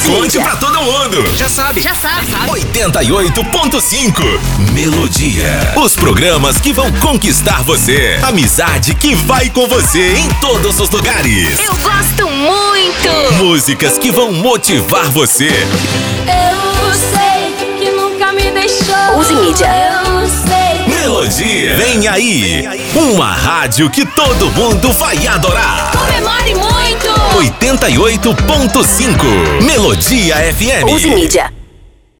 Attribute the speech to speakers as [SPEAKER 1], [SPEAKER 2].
[SPEAKER 1] fonte pra todo mundo.
[SPEAKER 2] Já sabe.
[SPEAKER 3] Já sabe.
[SPEAKER 1] 88.5 Melodia. Os programas que vão conquistar você. Amizade que vai com você em todos os lugares.
[SPEAKER 3] Eu gosto muito.
[SPEAKER 1] Músicas que vão motivar você.
[SPEAKER 4] Eu sei que nunca me deixou.
[SPEAKER 3] Use mídia.
[SPEAKER 4] Eu sei.
[SPEAKER 1] Melodia. Vem aí. Uma rádio que todo mundo vai adorar.
[SPEAKER 4] Comemore muito.
[SPEAKER 1] 88.5 Melodia FM.
[SPEAKER 3] Use mídia.